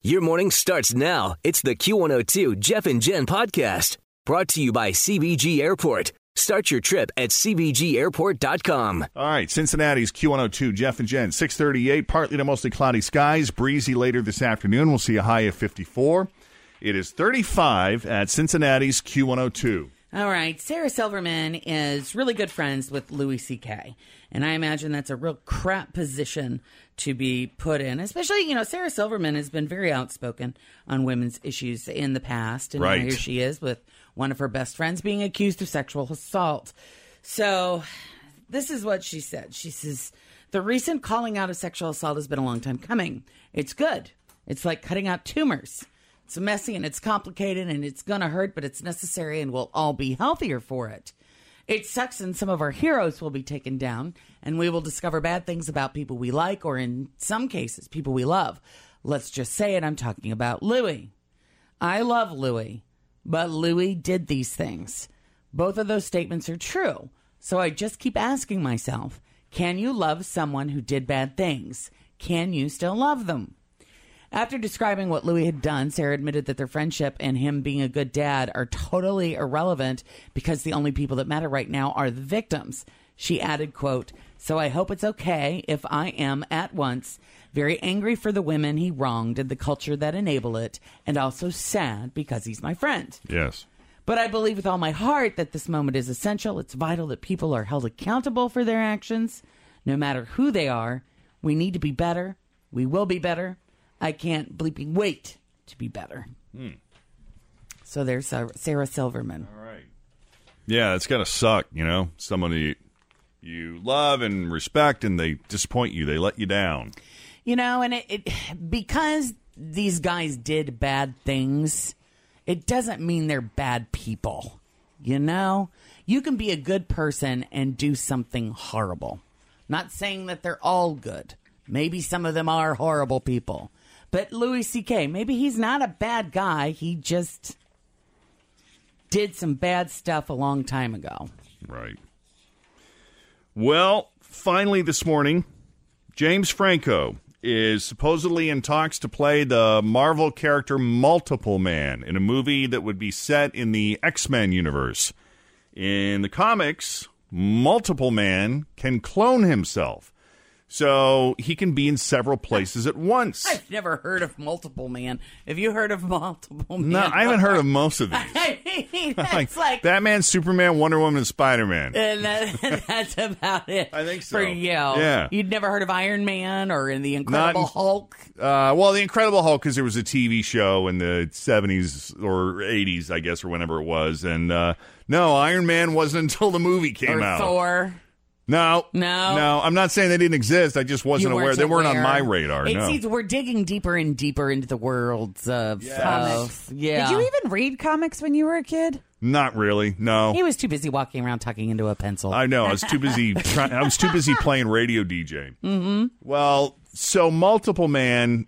Your morning starts now. It's the Q102 Jeff and Jen podcast brought to you by CBG Airport. Start your trip at CBGAirport.com. All right, Cincinnati's Q102, Jeff and Jen, 638, partly to mostly cloudy skies, breezy later this afternoon. We'll see a high of 54. It is 35 at Cincinnati's Q102. All right. Sarah Silverman is really good friends with Louis C.K. And I imagine that's a real crap position to be put in, especially, you know, Sarah Silverman has been very outspoken on women's issues in the past. And Right. here she is with one of her best friends being accused of sexual assault. So this is what she said. She says, The recent calling out of sexual assault has been a long time coming. It's good. It's like cutting out tumors. It's messy and it's complicated and it's going to hurt, but it's necessary and we'll all be healthier for it. It sucks and some of our heroes will be taken down and we will discover bad things about people we like or, in some cases, people we love. Let's just say it. I'm talking about Louis. I love Louis, but Louis did these things. Both of those statements are true. So I just keep asking myself can you love someone who did bad things? Can you still love them? After describing what Louis had done, Sarah admitted that their friendship and him being a good dad are totally irrelevant because the only people that matter right now are the victims. She added, quote, So I hope it's okay if I am at once very angry for the women he wronged and the culture that enable it, and also sad because he's my friend. Yes. But I believe with all my heart that this moment is essential. It's vital that people are held accountable for their actions, no matter who they are. We need to be better. We will be better. I can't bleeping wait to be better. So there's Sar- Sarah Silverman. All right. Yeah, it's got to suck, you know, somebody you love and respect and they disappoint you, they let you down. You know, and it, it because these guys did bad things, it doesn't mean they're bad people. You know, you can be a good person and do something horrible. Not saying that they're all good. Maybe some of them are horrible people. But Louis C.K., maybe he's not a bad guy. He just did some bad stuff a long time ago. Right. Well, finally this morning, James Franco is supposedly in talks to play the Marvel character Multiple Man in a movie that would be set in the X Men universe. In the comics, Multiple Man can clone himself. So he can be in several places at once. I've never heard of multiple man. Have you heard of multiple man? No, I haven't heard of most of these. I mean, Like, that's like, Batman, Superman, Wonder Woman, and Spider Man. and that, that's about it. I think For so. you. Yeah. You'd never heard of Iron Man or in the Incredible Hulk. Uh, well, The Incredible Hulk, because there was a TV show in the 70s or 80s, I guess, or whenever it was. And uh, no, Iron Man wasn't until the movie came or out. Thor. No. No. No, I'm not saying they didn't exist. I just You wasn't aware. weren't They weren't on aware. my radar. It no. seems we're digging deeper and deeper into the worlds of, of yeah. Did you even read comics when you were a kid? Not really. He No. was too busy walking around talking into a pencil. I know. I was too busy. Try- I was too busy playing radio DJ. Mm-hmm. Well, so multiple man.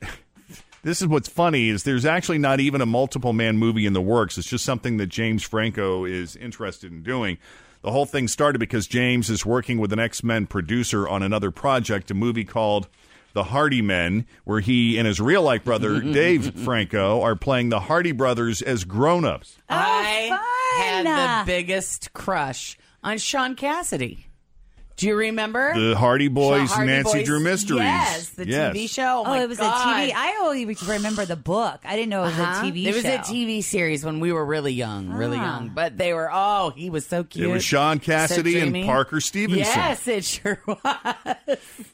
This is what's funny is there's actually not even a multiple man movie in the works. It's just something that James Franco is interested in doing. The whole thing started because James is working with an X Men producer on another project, a movie called The Hardy Men, where he and his real life brother Dave Franco are playing the Hardy brothers as grown ups. I fun. had the biggest crush on Sean Cassidy. Do you remember? The Hardy Boys, Hardy Nancy Boys- Drew Mysteries. Yes, the TV show. Oh, Oh, my it was God. a TV. I only remember the book. I didn't know it was Huh? a TV Uh-huh. It was show. Ah. a TV series when we were really young, really young. But they were oh, he was so cute. It was Sean So Cassidy and dreamy. Parker Stevenson. Yes, it sure was.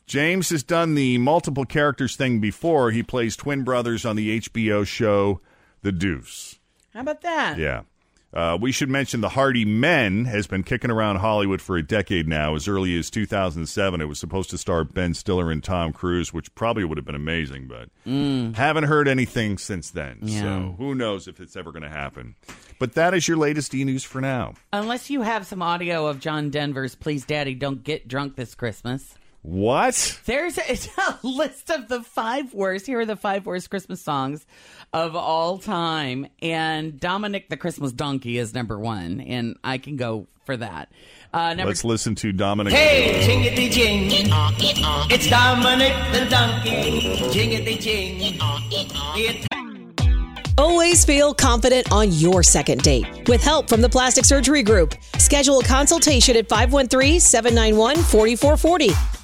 James has done the multiple characters thing before. He plays twin brothers on the HBO show The Deuce. How about that? Yeah. Uh, we should mention the Hardy Men has been kicking around Hollywood for a decade now. As early as 2007, it was supposed to star Ben Stiller and Tom Cruise, which probably would have been amazing, but haven't heard anything since then. So who knows if it's ever going to happen. But that is your latest e news for now. Unless you have some audio of John Denver's Please Daddy Don't Get Drunk This Christmas. What? There's a, it's a list of the five worst. Here are the five worst Christmas songs of all time. And Dominic the Christmas Donkey is number one. And I can go for that. Uh, number Let's listen to Dominic. Hey, jingity jing. It's Dominic the donkey. Jingity jing. It's Always feel confident on your second date. With help from the Plastic Surgery Group, schedule a consultation at 513 791 4440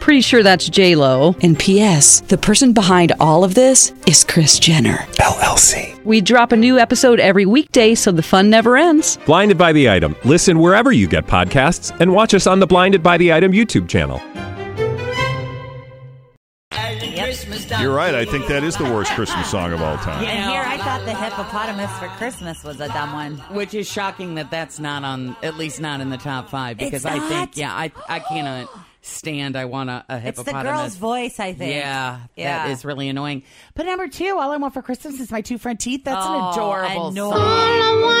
Pretty sure that's J Lo. And P.S. The person behind all of this is Chris Jenner. LLC. We drop a new episode every weekday, so the fun never ends. Blinded by the item. Listen wherever you get podcasts, and watch us on the Blinded by the Item YouTube channel. Christmas You're right. I think that is the worst Christmas song of all time. And know. here I thought the hippopotamus for Christmas was a dumb one. Which is shocking that that's not on, at least not in the top five, because It's I think, not? yeah, I I cannot stand. I want a, a It's the hippopotamus. girl's voice, I think. Yeah, Yeah. that is really annoying. But number two, all I want for Christmas is my two front teeth. That's Oh, an adorable annoying. song. No. Well,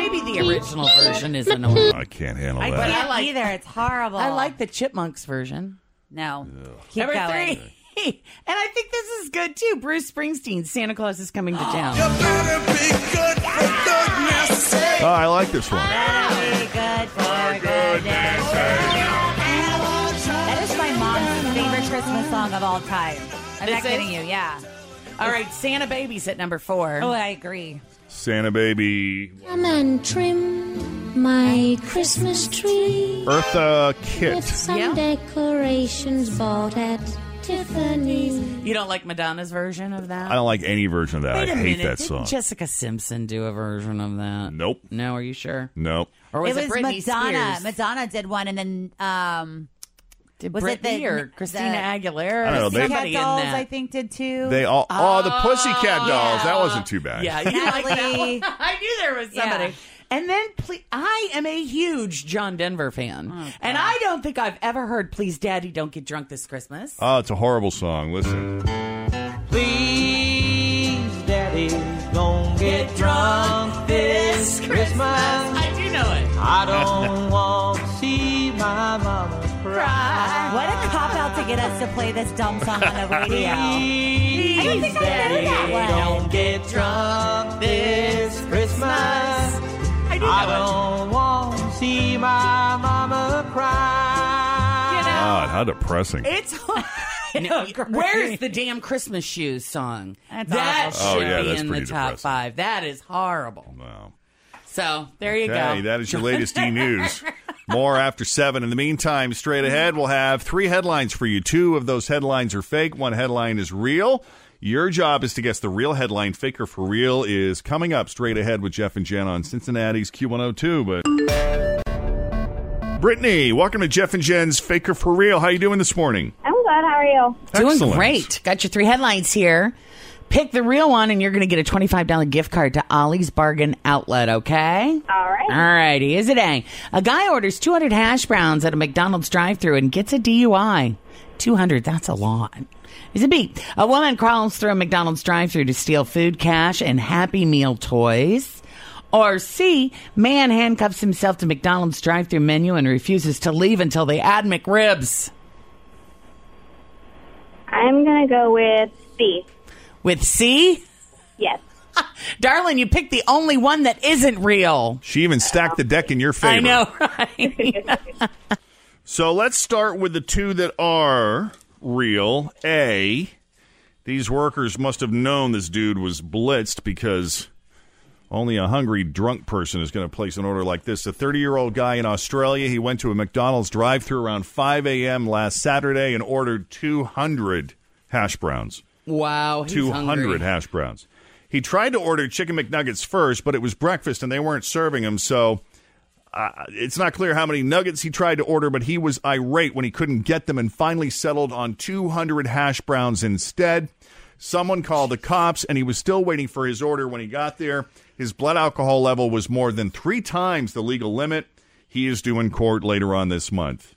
maybe the original version is annoying. I can't handle I that. can't- Can't like- either. It's horrible. I like the Chipmunks version. No. Keep number going. three. And I think this is good too. Bruce Springsteen, Santa Claus is coming to town. You better be good for goodness sake. Oh, I like this one. That'll be good for goodness. That is my mom's favorite Christmas song of all time. I'm not Is it? kidding you. Yeah. All right, Santa Baby's at number four. Oh, I agree. Santa Baby. Come and trim my Christmas tree Eartha with Kitt. some decorations bought at Tiffany's. You don't like Madonna's version of that? I don't like any version of that. Wait I a hate minute, that didn't song. Jessica Simpson do a version of that? Nope. No, are you sure? Nope. Or was it, was Britney Madonna. Spears? Madonna did one, and then um, Did Was it Britney the- or Christina the- Aguilera? I don't know, or they- Pussycat somebody in Dolls, that? I think, did too. They all. Oh, the Pussycat Dolls. That wasn't too bad. Yeah, you like that Natalie. one. I knew there was somebody. Yeah. And then, ple I am a huge John Denver fan, and I don't think I've ever heard "Please, Daddy, don't get drunk this Christmas." Oh, it's a horrible song. Listen. Please, Daddy, don't get drunk this Christmas. I do know it. I don't want to see my mama cry. What a cop out to get us to play this dumb song on the radio. I don't think I know that one. Don't get drunk this Christmas. I do know I it. don't want to see my mama cry. You know, God, how depressing. it's. No, where's the damn Christmas shoes song? That's that awful. Oh, should yeah, be that's in the pretty top depressing. five. That is horrible. Wow. So there you Okay, go. that is your latest e news. More after seven. In the meantime, straight ahead, we'll have three headlines for you. Two of those headlines are fake, one headline is real. Your job is to guess the real headline. Faker for real is coming up straight ahead with Jeff and Jen on Cincinnati's Q102. But Brittany, welcome to Jeff and Jen's Faker for real. How you doing this morning? I'm glad. How are you? Doing Excellent. great. Got your three headlines here. Pick the real one, and you're going to get a $25 gift card to Ollie's Bargain Outlet, okay? All right. All righty. Is it A? A guy orders 200 hash browns at a McDonald's drive thru and gets a DUI. 200, that's a lot. Is it B? A woman crawls through a McDonald's drive thru to steal food, cash, and Happy Meal toys. Or C, man handcuffs himself to McDonald's drive thru menu and refuses to leave until they add McRibs. I'm gonna go with B. With C? Yes. Darling, you picked the only one that isn't real. She even stacked the deck in your favor. I know, right? So let's start with the two that are real. A, these workers must have known this dude was blitzed because Only a hungry, drunk person is going to place an order like this. A 30 year old guy in Australia, he went to a McDonald's drive through around 5 a.m. last Saturday and ordered 200 hash browns. Wow. Oh, he's 200 hungry. hash browns. He tried to order chicken McNuggets first, but it was breakfast and they weren't serving him. So uh, it's not clear how many nuggets he tried to order, but he was irate when he couldn't get them and finally settled on 200 hash browns instead. Someone called the cops and he was still waiting for his order when he got there. His blood alcohol level was more than three times the legal limit. He is due in court later on this month.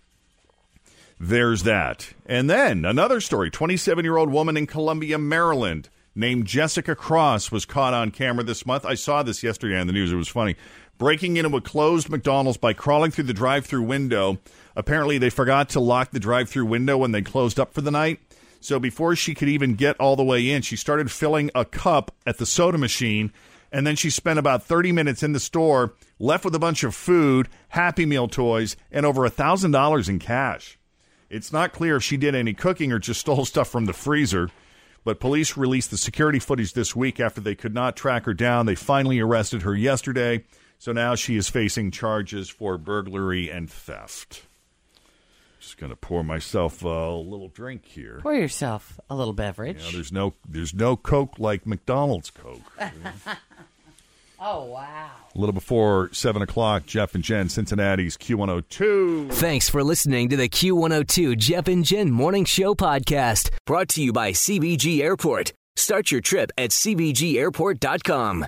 There's that. And then another story 27 year old woman in Columbia, Maryland, named Jessica Cross, was caught on camera this month. I saw this yesterday on the news. It was funny. Breaking into a closed McDonald's by crawling through the drive through window. Apparently, they forgot to lock the drive through window when they closed up for the night. So before she could even get all the way in, she started filling a cup at the soda machine. And then she spent about 30 minutes in the store, left with a bunch of food, Happy Meal toys, and over $1,000 in cash. It's not clear if she did any cooking or just stole stuff from the freezer, but police released the security footage this week after they could not track her down. They finally arrested her yesterday, so now she is facing charges for burglary and theft. Just going to pour myself a little drink here. Pour yourself a little beverage. Now, there's no there's no Coke like McDonald's Coke. oh, wow. A little before 7 o'clock, Jeff and Jen, Cincinnati's Q102. Thanks for listening to the Q102 Jeff and Jen Morning Show podcast, brought to you by CBG Airport. Start your trip at CBGAirport.com.